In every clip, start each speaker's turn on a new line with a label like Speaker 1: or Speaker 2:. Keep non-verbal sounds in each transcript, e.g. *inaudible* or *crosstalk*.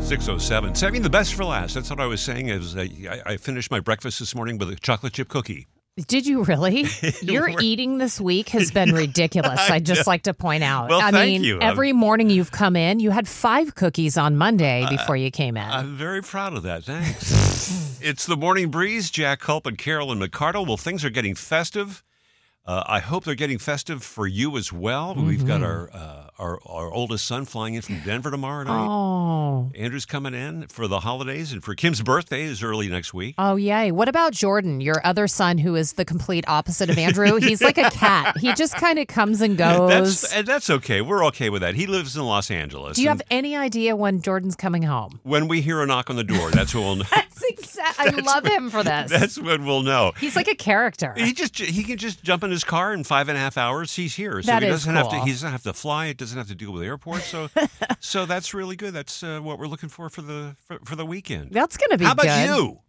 Speaker 1: 607. Saving the best for last. That's what I was saying. Is I, I finished my breakfast this morning with a chocolate chip cookie.
Speaker 2: Did you
Speaker 1: *laughs*
Speaker 2: really? Your eating this week has been ridiculous. I would just like to point out.
Speaker 1: Well,
Speaker 2: I
Speaker 1: thank
Speaker 2: mean,
Speaker 1: you. Um,
Speaker 2: every morning you've come in, you had five cookies on Monday before you came in.
Speaker 1: Uh, I'm very proud of that.
Speaker 2: *laughs*
Speaker 1: Thanks. it's the morning breeze. Jack Culp and Carolyn McCardle. Well, things are getting festive. Uh, I hope they're getting festive for you as well. We've got our,
Speaker 2: Mm-hmm.
Speaker 1: uh, our our oldest son flying in from Denver tomorrow night.
Speaker 2: oh.
Speaker 1: Andrew's coming in for the holidays and for Kim's birthday is early next week.
Speaker 2: Oh, yay. What about Jordan, your other son, who is the complete opposite of Andrew? He's
Speaker 1: *laughs*
Speaker 2: like a cat. He just kind of comes and goes.
Speaker 1: That's and that's okay. We're okay with that. He lives in Los Angeles.
Speaker 2: Do you
Speaker 1: and *laughs*
Speaker 2: have any idea when Jordan's coming home?
Speaker 1: when we hear a knock on the door, that's when we'll know.
Speaker 2: That's exact. I love him *laughs* for this.
Speaker 1: that's when we'll know.
Speaker 2: He's like a character.
Speaker 1: He just he can just jump in his car in five and a half hours. He's here, so
Speaker 2: That
Speaker 1: he
Speaker 2: is
Speaker 1: doesn't have to.
Speaker 2: cool.
Speaker 1: He doesn't have to fly. It doesn't have to deal with airports.
Speaker 2: *laughs*
Speaker 1: So, so that's really good. That's uh, what we're looking for for the for, for the weekend.
Speaker 2: That's going to be
Speaker 1: How about
Speaker 2: good.
Speaker 1: you?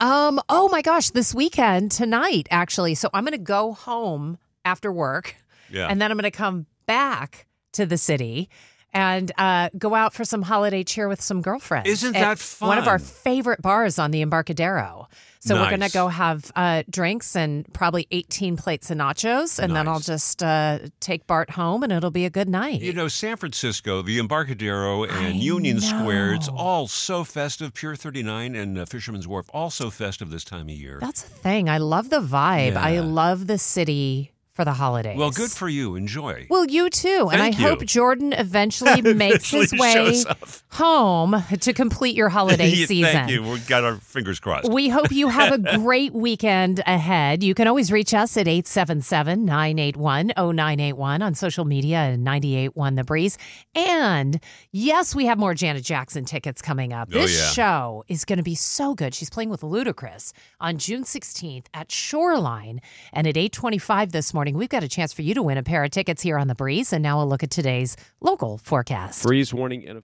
Speaker 2: Um, oh my gosh, this weekend, tonight, actually. So I'm going to go home after work
Speaker 1: Yeah.
Speaker 2: and then I'm going to come back to the city and uh, go out for some holiday cheer with some girlfriends.
Speaker 1: Isn't
Speaker 2: at
Speaker 1: that fun?
Speaker 2: One of our favorite bars on the Embarcadero. So we're going
Speaker 1: Nice.
Speaker 2: to go have uh, drinks and probably 18 plates of nachos. And then I'll
Speaker 1: Nice.
Speaker 2: just uh, take Bart home and it'll be a good night.
Speaker 1: You know, San Francisco, the Embarcadero, and
Speaker 2: I
Speaker 1: Union Square, it's
Speaker 2: know.
Speaker 1: all so festive. Pier 39 and uh, Fisherman's Wharf, all so festive this time of year.
Speaker 2: That's the thing. I love the vibe. I
Speaker 1: Yeah.
Speaker 2: love the city for the holidays.
Speaker 1: Well, good for you. Enjoy.
Speaker 2: Well, you too. And I
Speaker 1: Thank
Speaker 2: hope
Speaker 1: you. *laughs*
Speaker 2: Jordan eventually makes his
Speaker 1: Eventually
Speaker 2: way
Speaker 1: shows up.
Speaker 2: home to complete your holiday
Speaker 1: Yeah, *laughs*
Speaker 2: season.
Speaker 1: Thank you. We've got our fingers crossed.
Speaker 2: We hope you have a
Speaker 1: *laughs*
Speaker 2: great weekend ahead. You can always reach us at 877 981 0981 on social media and 981 The Breeze. And yes, we have more Janet Jackson tickets coming up.
Speaker 1: Oh,
Speaker 2: This
Speaker 1: yeah.
Speaker 2: show is going to be so good. She's playing with Ludacris on June 16th at Shoreline. And at 825 this morning, we've got a chance for you to win a pair of tickets here on The Breeze. And now a look at today's local forecast.
Speaker 3: Freeze warning and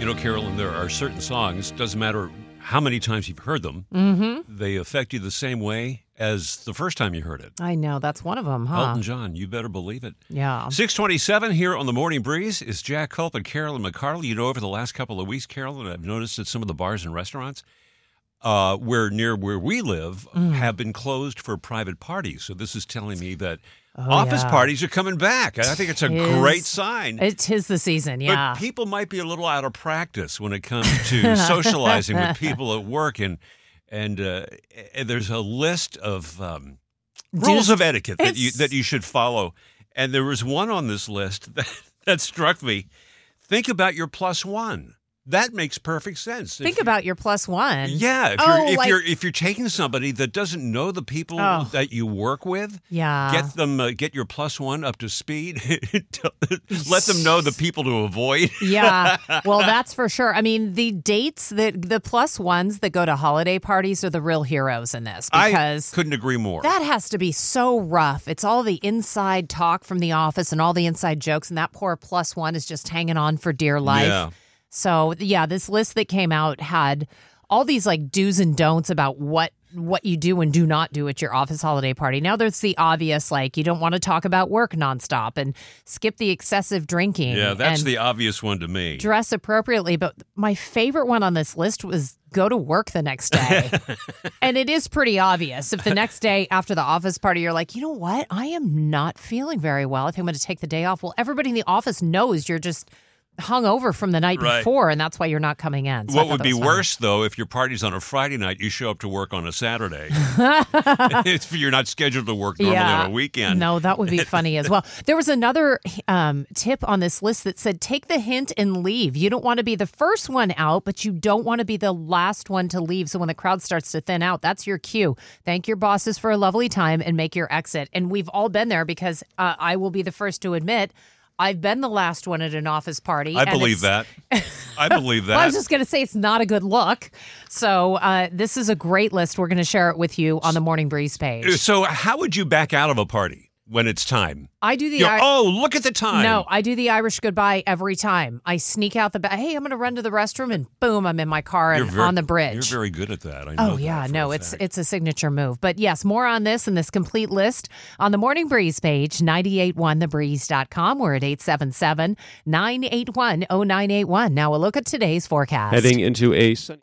Speaker 1: You know, Carolyn, there are certain songs, doesn't matter how many times you've heard them,
Speaker 2: Mm-hmm.
Speaker 1: they affect you the same way as the first time you heard it.
Speaker 2: I know, that's one of them, huh?
Speaker 1: Elton John, you better believe it.
Speaker 2: Yeah.
Speaker 1: 627 here on the Morning Breeze is Jack Culp and Carolyn McCardle. You know, over the last couple of weeks, Carolyn, I've noticed that some of the bars and restaurants uh, where near where we live
Speaker 2: Mm.
Speaker 1: have been closed for private parties. So this is telling me that office
Speaker 2: Oh, yeah.
Speaker 1: parties are coming back. And I think it's a
Speaker 2: Tis-
Speaker 1: great sign.
Speaker 2: It is the season, yeah.
Speaker 1: But people might be a little out of practice when it comes
Speaker 2: *laughs*
Speaker 1: to socializing with people at work, and and, uh, and there's a list of um, rules
Speaker 2: Dudes-
Speaker 1: of etiquette that you
Speaker 2: It's-
Speaker 1: that you should follow. And there was one on this list *laughs* that, that struck me. Think about your plus one. That makes perfect sense. If
Speaker 2: Think
Speaker 1: you-
Speaker 2: about your plus one.
Speaker 1: yeah. If
Speaker 2: Oh,
Speaker 1: you're if
Speaker 2: like-
Speaker 1: you're if you're taking somebody that doesn't know the people
Speaker 2: Oh.
Speaker 1: that you work with,
Speaker 2: Yeah.
Speaker 1: get them uh, get your plus one up to speed. *laughs* Let them know the people to avoid.
Speaker 2: *laughs* yeah. Well, that's for sure. I mean, the dates that the plus ones that go to holiday parties are the real heroes in this
Speaker 1: I
Speaker 2: because
Speaker 1: couldn't agree more.
Speaker 2: that has to be so rough. It's all the inside talk from the office and all the inside jokes, and that poor plus one is just hanging on for dear life.
Speaker 1: Yeah.
Speaker 2: So, yeah, this list that came out had all these like do's and don'ts about what what you do and do not do at your office holiday party. Now there's the obvious like you don't want to talk about work nonstop and skip the excessive drinking.
Speaker 1: yeah, that's
Speaker 2: and
Speaker 1: the obvious one to me.
Speaker 2: dress appropriately. But my favorite one on this list was go to work the
Speaker 1: *laughs*
Speaker 2: next day. and it is pretty obvious. If the next day after the office party, you're like, you know what? I am not feeling very well. I think I'm going to take the day off. Well, everybody in the office knows you're just hung over from the night
Speaker 1: Right.
Speaker 2: before, and that's why you're not coming in. So I
Speaker 1: what
Speaker 2: thought
Speaker 1: would
Speaker 2: that
Speaker 1: be
Speaker 2: was funny.
Speaker 1: worse, though, if your party's on a Friday night, you show up to work on a
Speaker 2: *laughs*
Speaker 1: Saturday. If you're not scheduled to work normally on a weekend.
Speaker 2: No, that
Speaker 1: *laughs*
Speaker 2: would be funny as well. There was another um, tip on this list that said take the hint and leave. You don't want to be the first one out, but you don't want to be the last one to leave. So when the crowd starts to thin out, that's your cue. Thank your bosses for a lovely time and make your exit. And we've all been there because uh, I will be the first to admit. I've been the last one at an office party.
Speaker 1: I
Speaker 2: and
Speaker 1: believe
Speaker 2: it's- *laughs*
Speaker 1: that. I believe that.
Speaker 2: well, I was just going to say it's not a good look. So uh, this is a great list. We're going to share it with you on the Morning Breeze page.
Speaker 1: Uh, so, how would you back out of a party when it's time?
Speaker 2: I do the
Speaker 1: You're,
Speaker 2: I-
Speaker 1: oh, look at the time.
Speaker 2: No, I do the Irish goodbye every time. I sneak out the back. Hey, I'm going to run to the restroom, and boom, I'm in my car
Speaker 1: You're
Speaker 2: and
Speaker 1: very-
Speaker 2: on the bridge.
Speaker 1: You're very good at that. I know
Speaker 2: oh
Speaker 1: that
Speaker 2: yeah,
Speaker 1: for
Speaker 2: no,
Speaker 1: a
Speaker 2: it's
Speaker 1: fact.
Speaker 2: it's a signature move. But yes, more on this and this complete list on the Morning Breeze page, 981thebreeze.com. We're at 877-981-0981. Now a look at today's forecast.
Speaker 4: Heading into a sunny.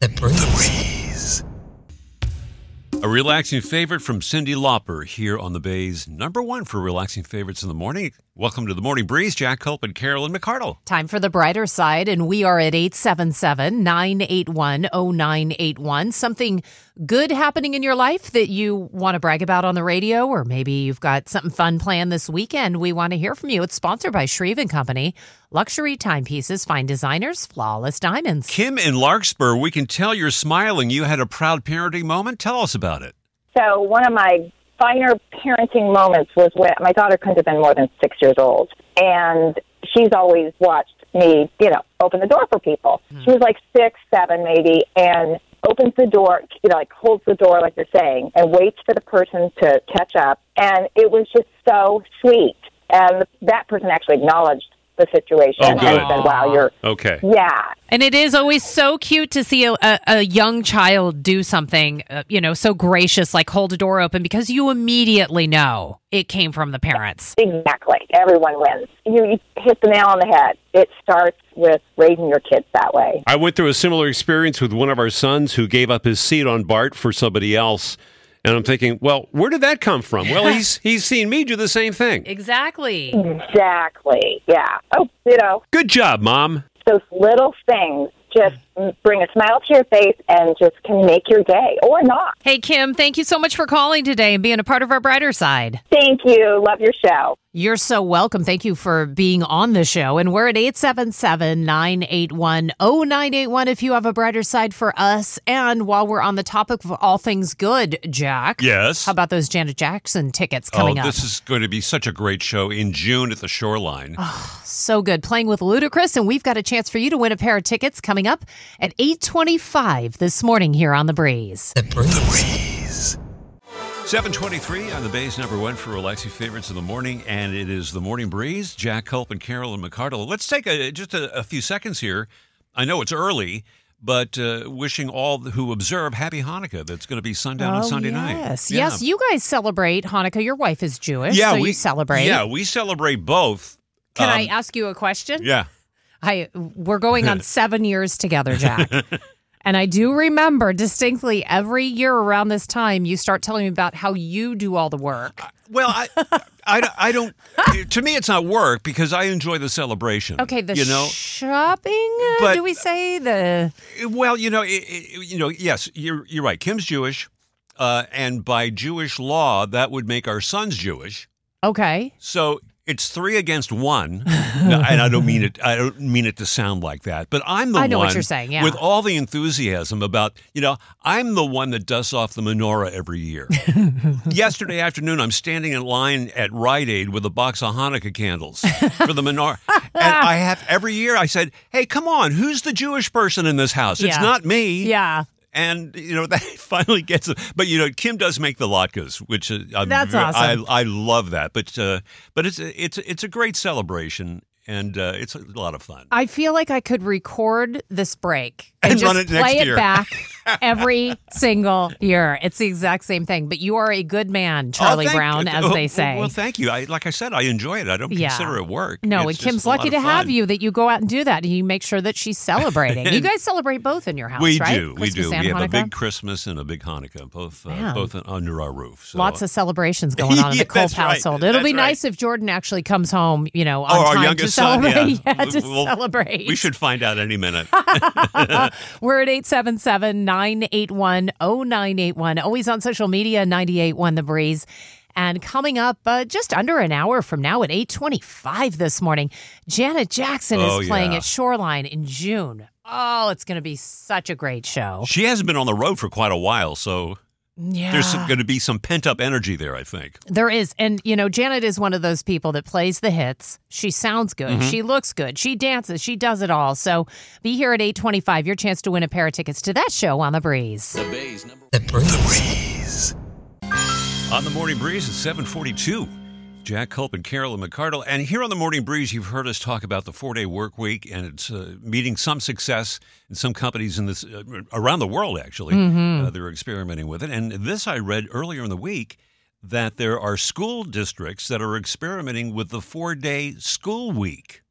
Speaker 1: a relaxing favorite from Cindy Lauper here on the Bay's number one for relaxing favorites in the morning. Welcome to the Morning Breeze, Jack Culp and Carolyn McCardle.
Speaker 2: Time for the brighter side, and we are at 877 981 0981. Something good happening in your life that you want to brag about on the radio, or maybe you've got something fun planned this weekend. We want to hear from you. It's sponsored by Shreve and Company, luxury timepieces, fine designers, flawless diamonds.
Speaker 1: Kim in Larkspur, we can tell you're smiling. You had a proud parenting moment. Tell us about it.
Speaker 3: So one of my finer parenting moments was when my daughter couldn't have been more than six years old, and she's always watched me, you know, open the door for people.
Speaker 1: Hmm.
Speaker 3: She was like six, seven, maybe, and opens the door, you know, like holds the door, like you're saying, and waits for the person to catch up. And it was just so sweet. And that person actually acknowledged the situation
Speaker 1: Oh,
Speaker 3: and
Speaker 1: good.
Speaker 3: said, "Wow, you're."
Speaker 1: Okay.
Speaker 3: Yeah,
Speaker 2: And it is always so cute to see a, a, a young child do something, uh, you know, so gracious, like hold a door open, because you immediately know it came from the parents.
Speaker 3: Exactly. Everyone wins. You, you hit the nail on the head. It starts with raising your kids that way.
Speaker 4: I went through a similar experience with one of our sons who gave up his seat on BART for somebody else. And I'm thinking, well, where did that come from? Well,
Speaker 2: *laughs*
Speaker 4: he's he's seen me do the same thing.
Speaker 2: Exactly.
Speaker 3: Exactly. Yeah. Oh, you know,
Speaker 4: Good job, mom.
Speaker 3: those little things just bring a smile to your face and just can make your day or not.
Speaker 2: Hey, Kim, thank you so much for calling today and being a part of our brighter side.
Speaker 3: Thank you. Love your show.
Speaker 2: You're so welcome. Thank you for being on the show. And we're at 877 981 0981 if you have a brighter side for us. And while we're on the topic of all things good, Jack.
Speaker 1: Yes.
Speaker 2: How about those Janet Jackson tickets coming
Speaker 1: oh,
Speaker 2: up?
Speaker 1: this is going to be such a great show in June at the
Speaker 2: Oh,
Speaker 1: Shoreline.
Speaker 2: so good. Playing with Ludacris, and we've got a chance for you to win a pair of tickets coming up at 825 this morning here on The Breeze.
Speaker 1: 723 on the Bay's number one for relaxing favorites in the morning, and it is the morning breeze. Jack Culp and Carolyn McCardle. Let's take a, just a, a few seconds here. I know it's early, but uh, wishing all who observe happy Hanukkah. That's going to be sundown on Sunday night.
Speaker 2: Oh, Yes.
Speaker 1: Yeah.
Speaker 2: Yes, you guys celebrate Hanukkah. Your wife is Jewish,
Speaker 1: yeah,
Speaker 2: so
Speaker 1: we
Speaker 2: you celebrate.
Speaker 1: Yeah, we celebrate both.
Speaker 2: Can
Speaker 1: Um,
Speaker 2: I ask you a question?
Speaker 1: Yeah.
Speaker 2: I we're going
Speaker 1: *laughs*
Speaker 2: on seven years together, Jack. and I do remember distinctly every year around this time you start telling me about how you do all the work.
Speaker 1: Well, I, I, I don't. *laughs* To me, it's not work because I enjoy the celebration.
Speaker 2: Okay, the
Speaker 1: you know,
Speaker 2: shopping. uh,
Speaker 1: But-
Speaker 2: do we say the?
Speaker 1: Well, you know, it, it, you know, yes, you're you're right. Kim's Jewish, uh, and by Jewish law, that would make our sons Jewish.
Speaker 2: Okay,
Speaker 1: So it's three against one, No, and I don't mean it. I don't mean it to sound like that. But I'm the
Speaker 2: I know what
Speaker 1: one
Speaker 2: you're saying, yeah.
Speaker 1: with all the enthusiasm about you know I'm the one that dusts off the menorah every
Speaker 2: *laughs*
Speaker 1: year. Yesterday afternoon, I'm standing in line at Rite Aid with a box of Hanukkah candles for the menorah, and I have every year. I said, "Hey, come on, who's the Jewish person in this house? It's
Speaker 2: Yeah.
Speaker 1: not me."
Speaker 2: yeah,
Speaker 1: and you know *laughs* that finally gets it. But you know, Kim does make the latkes, which uh, I'm,
Speaker 2: That's
Speaker 1: ver-
Speaker 2: awesome.
Speaker 1: I I love that. But uh, but it's it's it's a great celebration, and uh, it's a lot of fun.
Speaker 2: I feel like I could record this break
Speaker 1: *laughs*
Speaker 2: and,
Speaker 1: And
Speaker 2: just
Speaker 1: run it next
Speaker 2: play it
Speaker 1: year. *laughs*
Speaker 2: back every single year. It's the exact same thing. But you are a good man, Charlie
Speaker 1: Oh, thank-
Speaker 2: Brown, as
Speaker 1: oh,
Speaker 2: they
Speaker 1: *laughs*
Speaker 2: say.
Speaker 1: Well, thank you. I like I said, I enjoy it. I don't
Speaker 2: Yeah.
Speaker 1: consider it work.
Speaker 2: No,
Speaker 1: It's
Speaker 2: and Kim's
Speaker 1: just a lot
Speaker 2: lucky
Speaker 1: of
Speaker 2: to have
Speaker 1: fun.
Speaker 2: you that you go out and do that and you make sure that
Speaker 1: *laughs*
Speaker 2: she's celebrating. you guys celebrate both in your house,
Speaker 1: We
Speaker 2: right?
Speaker 1: do,
Speaker 2: Christmas
Speaker 1: we do.
Speaker 2: and
Speaker 1: We have a
Speaker 2: Hanukkah?
Speaker 1: big Christmas and a big Hanukkah, both uh,
Speaker 2: Man.
Speaker 1: both under our roof. So. *laughs*
Speaker 2: Lots of celebrations going on in
Speaker 1: Yeah,
Speaker 2: the Culp
Speaker 1: that's right.
Speaker 2: household. It'll be
Speaker 1: That's right.
Speaker 2: nice if Jordan actually comes home, you know, on
Speaker 1: Oh, our
Speaker 2: time
Speaker 1: youngest
Speaker 2: to
Speaker 1: decide- yeah.
Speaker 2: celebrate. *laughs* Yeah, to
Speaker 1: We'll-
Speaker 2: celebrate.
Speaker 1: We should find out any
Speaker 2: *laughs*
Speaker 1: minute. *laughs*
Speaker 2: We're at 877 981 0981. Always on social media, 981 The Breeze. And coming up uh, just under an hour from now at 825 this morning, Janet Jackson
Speaker 1: Oh,
Speaker 2: is playing
Speaker 1: yeah.
Speaker 2: at Shoreline in June. Oh, it's going to be such a great show.
Speaker 1: she hasn't been on the road for quite a while, so
Speaker 2: Yeah.
Speaker 1: there's going to be some pent up energy there, I think.
Speaker 2: There is. And, you know, Janet is one of those people that plays the hits. She sounds good.
Speaker 1: Mm-hmm.
Speaker 2: She looks good. She dances. She does it all. So be here at 825. Your chance to win a pair of tickets to that show on The Breeze.
Speaker 1: On the Morning Breeze at 742, Jack Culp and Carolyn McCardle. And here on the Morning Breeze, you've heard us talk about the four-day work week, and it's uh, meeting some success in some companies in this uh, around the world, actually. Uh, they're experimenting with it. And this I read earlier in the week that there are school districts that are experimenting with the four-day school week.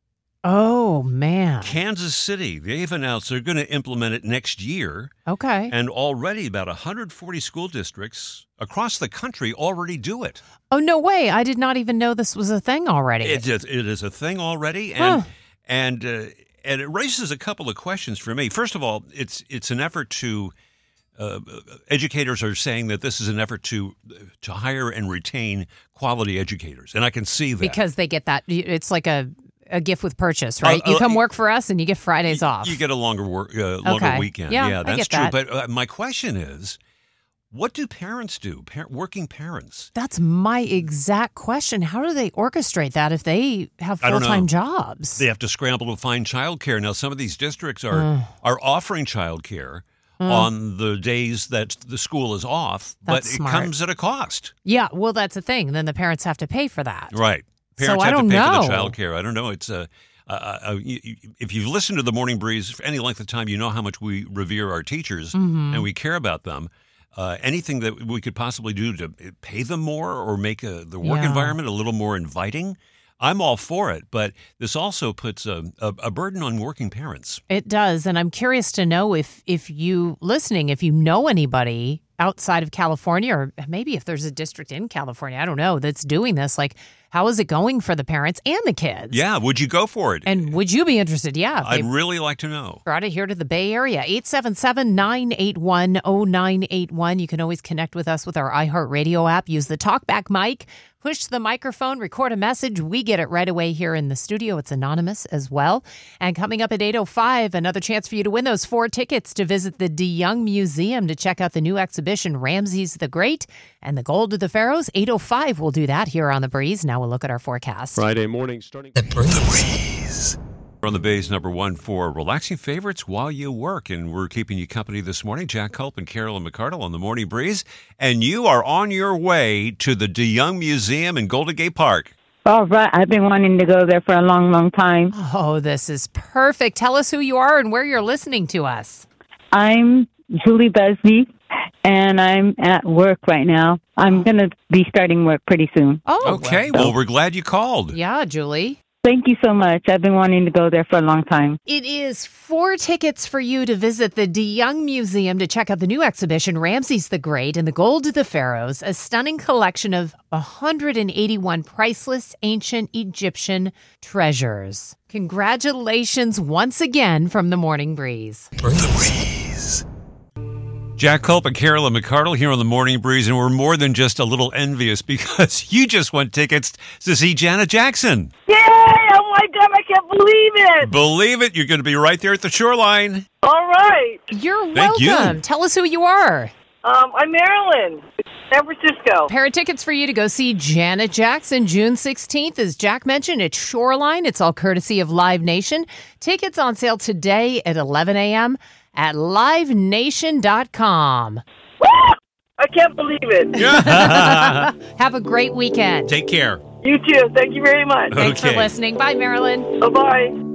Speaker 2: Oh, man.
Speaker 1: Kansas City, they've announced they're going to implement it next year.
Speaker 2: Okay.
Speaker 1: And already about 140 school districts across the country already do it.
Speaker 2: Oh, no way. I did not even know this was a thing already.
Speaker 1: It is, it is a thing already, and
Speaker 2: Huh.
Speaker 1: and uh, and it raises a couple of questions for me. First of all, it's it's an effort to uh, educators are saying that this is an effort to to hire and retain quality educators, and I can see that
Speaker 2: because they get that. It's like a, a gift with purchase, right?
Speaker 1: Uh,
Speaker 2: you
Speaker 1: uh,
Speaker 2: come work for us and you get Fridays
Speaker 1: you,
Speaker 2: off.
Speaker 1: you get a longer work uh, longer
Speaker 2: Okay.
Speaker 1: weekend.
Speaker 2: Yeah, I
Speaker 1: that's
Speaker 2: get
Speaker 1: true.
Speaker 2: that.
Speaker 1: But uh, my question is, what do parents do? Par- working parents.
Speaker 2: That's my exact question. How do they orchestrate that if they have
Speaker 1: I
Speaker 2: full
Speaker 1: don't know.
Speaker 2: time jobs?
Speaker 1: They have to scramble to find childcare. Now, some of these districts are
Speaker 2: Mm.
Speaker 1: are offering childcare on the days that the school is off, but
Speaker 2: That's
Speaker 1: it
Speaker 2: smart.
Speaker 1: comes at a cost.
Speaker 2: Yeah, well, that's the thing. Then the parents have to pay for that.
Speaker 1: Right.
Speaker 2: So
Speaker 1: Parents
Speaker 2: I
Speaker 1: have
Speaker 2: don't
Speaker 1: to pay for the
Speaker 2: know.
Speaker 1: childcare. I don't know. It's a. Uh, uh, you- you- if you've listened to the Morning Breeze for any length of time, you know how much we revere our teachers
Speaker 2: Mm-hmm.
Speaker 1: and we care about them. Uh, anything that we could possibly do to pay them more or make uh the work
Speaker 2: Yeah.
Speaker 1: environment a little more inviting, I'm all for it. But this also puts a, a, a burden on working parents.
Speaker 2: It does, and I'm curious to know if if you listening, if you know anybody outside of California, or maybe if there's a district in California, I don't know, that's doing this. Like, how is it going for the parents and the kids?
Speaker 1: Yeah, would you go for it?
Speaker 2: And would you be interested? Yeah. if they
Speaker 1: I'd really like to know.
Speaker 2: Brought it here to the Bay Area. 877 981 0981. You can always connect with us with our iHeartRadio app. Use the TalkBack mic, push the microphone, record a message. We get it right away here in the studio. It's anonymous as well. And coming up at 8.05, another chance for you to win those four tickets to visit the DeYoung Museum to check out the new exhibition, Ramses the Great and the Gold of the Pharaohs. 8.05, we'll do that here on The Breeze. Now we'll look at our forecast.
Speaker 4: Friday morning, starting.
Speaker 1: We're on the Bay's number one for relaxing favorites while you work. And we're keeping you company this morning. Jack Culp and Carolyn McCardle on the Morning Breeze. And you are on your way to the DeYoung Museum in Golden Gate Park.
Speaker 5: All right, I've been wanting to go there for a long, long time.
Speaker 2: Oh, this is perfect. Tell us who you are and where you're listening to us.
Speaker 5: I'm Julie Busby, and I'm at work right now. I'm going to be starting work pretty soon.
Speaker 2: Oh,
Speaker 1: okay. Well, we're glad you called.
Speaker 2: Yeah, Julie.
Speaker 5: Thank you so much. I've been wanting to go there for a long time.
Speaker 2: It is four tickets for you to visit the DeYoung Museum to check out the new exhibition, Ramses the Great and the Gold of the Pharaohs, a stunning collection of 181 priceless ancient Egyptian treasures. Congratulations once again from the Morning Breeze.
Speaker 1: Jack Culp and Carolyn McCardle here on the Morning Breeze. And we're more than just a little envious *laughs* because you just won tickets to see Janet Jackson.
Speaker 6: Yay! Oh my god, I can't believe it!
Speaker 1: Believe it, you're going to be right there at the shoreline.
Speaker 6: All right.
Speaker 2: You're
Speaker 1: Thank you.
Speaker 2: welcome. Tell us who you are.
Speaker 6: Um, I'm Marilyn, San Francisco.
Speaker 2: Pair of tickets for you to go see Janet Jackson June 16th. As Jack mentioned, it's Shoreline. It's all courtesy of Live Nation. Tickets on sale today at 11 a.m. at livenation.com.
Speaker 6: *laughs* I can't believe it.
Speaker 2: Have a great weekend.
Speaker 1: Take care.
Speaker 6: You too. Thank you very much.
Speaker 2: *laughs* Thanks for
Speaker 1: Okay.
Speaker 2: listening. Bye, Marilyn.
Speaker 6: Bye bye.